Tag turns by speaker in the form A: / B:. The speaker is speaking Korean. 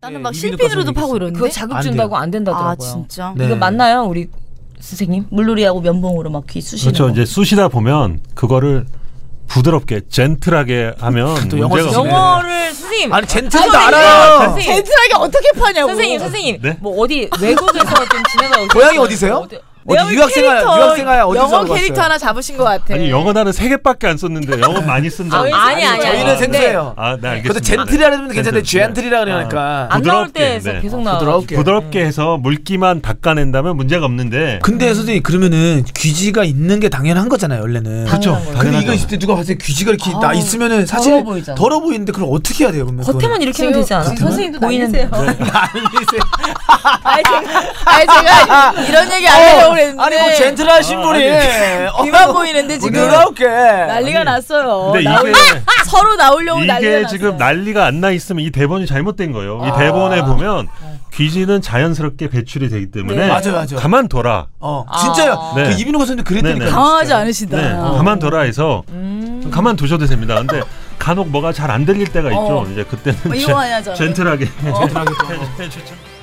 A: 나는
B: 네,
A: 막
B: 유기농
A: 실핀으로도
B: 가스는
A: 파고
B: 되겠어요.
A: 이러는데.
C: 그거 자극
B: 안
C: 준다고 안 된다더라고요.
A: 아 진짜.
B: 네.
C: 이거 맞나요, 우리 선생님? 물놀이하고 면봉으로 막 귀 쑤시는
B: 네.
D: 그렇죠.
C: 거.
D: 이제 쑤시다 보면 그거를 부드럽게 gentl하게 하면
B: 또
D: 문제가
B: 영어 쓰시네.
D: 없네.
B: 영어.
C: 영어를 선생님
B: 아니 젠틀도
C: 선생님,
B: 알아요.
C: 선생님,
A: 젠틀하게 그러니까 어떻게 파냐고.
C: 선생님, 선생님,
D: 네?
C: 뭐 어디 외국에서 좀 지내다
B: 고향이 어디세요? 어디 유학생활 유학생활 어디서
A: 영어
B: 하고
A: 캐릭터
B: 왔어요?
A: 하나 잡으신 것 같아.
D: 아니 영어 나는 세 개밖에 안 썼는데 영어 많이 쓴다.
C: 아, 아니, 아니, 아니.
B: 네. 저희는 생소해요.
D: 아, 네 알겠습니다.
B: 근데 젠틀이라 하면
D: 네.
B: 괜찮은데
D: 젠틀, 네.
B: 젠틀이라 그러니까
D: 아,
C: 안 나올
D: 부드럽게,
C: 때에서
D: 네.
C: 계속
B: 어,
C: 나와.
B: 부드럽게.
D: 부드럽게 해서 물기만 닦아낸다면 문제가 없는데
B: 근데 선생님 그러면은 귀지가 있는 게 당연한 거잖아요 원래는.
C: 그쵸. 당연한 거예요.
B: 근데 이거 있을 때 누가 봤을 때 귀지가 이렇게
C: 아우,
B: 나 있으면은 사실
C: 더러워 보이잖아.
B: 더러 보이는데 그걸 어떻게 해야 돼요 그러면?
C: 겉에만 이렇게 하면 되지 않아요?
B: 지금
A: 선생님도
C: 보이는
A: 다니세요.
B: 아니세요?
A: 아니 제가, 아니, 제가 이런 얘기 안 하려고 그랬는데.
B: 아니 뭐 젠틀하신 뭐 분이 어,
A: 귀만 네. 보이는데 지금
B: 부드럽게
A: 난리가 났어요.
D: 근데
A: 나올-
D: 이게
A: 서로 나오려고 난리가
D: 이게
A: 났어요.
D: 지금 난리가 안 나 있으면 이 대본이 잘못된 거예요.
B: 아.
D: 이 대본에 보면 귀지는 자연스럽게 배출이 되기 때문에
B: 네. 맞아요, 맞아요.
D: 가만 둬라.
B: 어 진짜요.
D: 네.
B: 그 이민호 선생님 그랬다니까.
D: 네, 네.
A: 아, 당황하지
D: 네,
A: 않으신다. 어.
D: 가만 둬라 해서
A: 음.
D: 가만 두셔도 됩니다. 근데 간혹 뭐가 잘 안 들릴 때가 있죠.
A: 어.
D: 이제 그때는
A: 뭐 이거 많이 하잖아요.
D: 젠틀하게
B: 젠틀하게 또 하고.
D: 해주죠.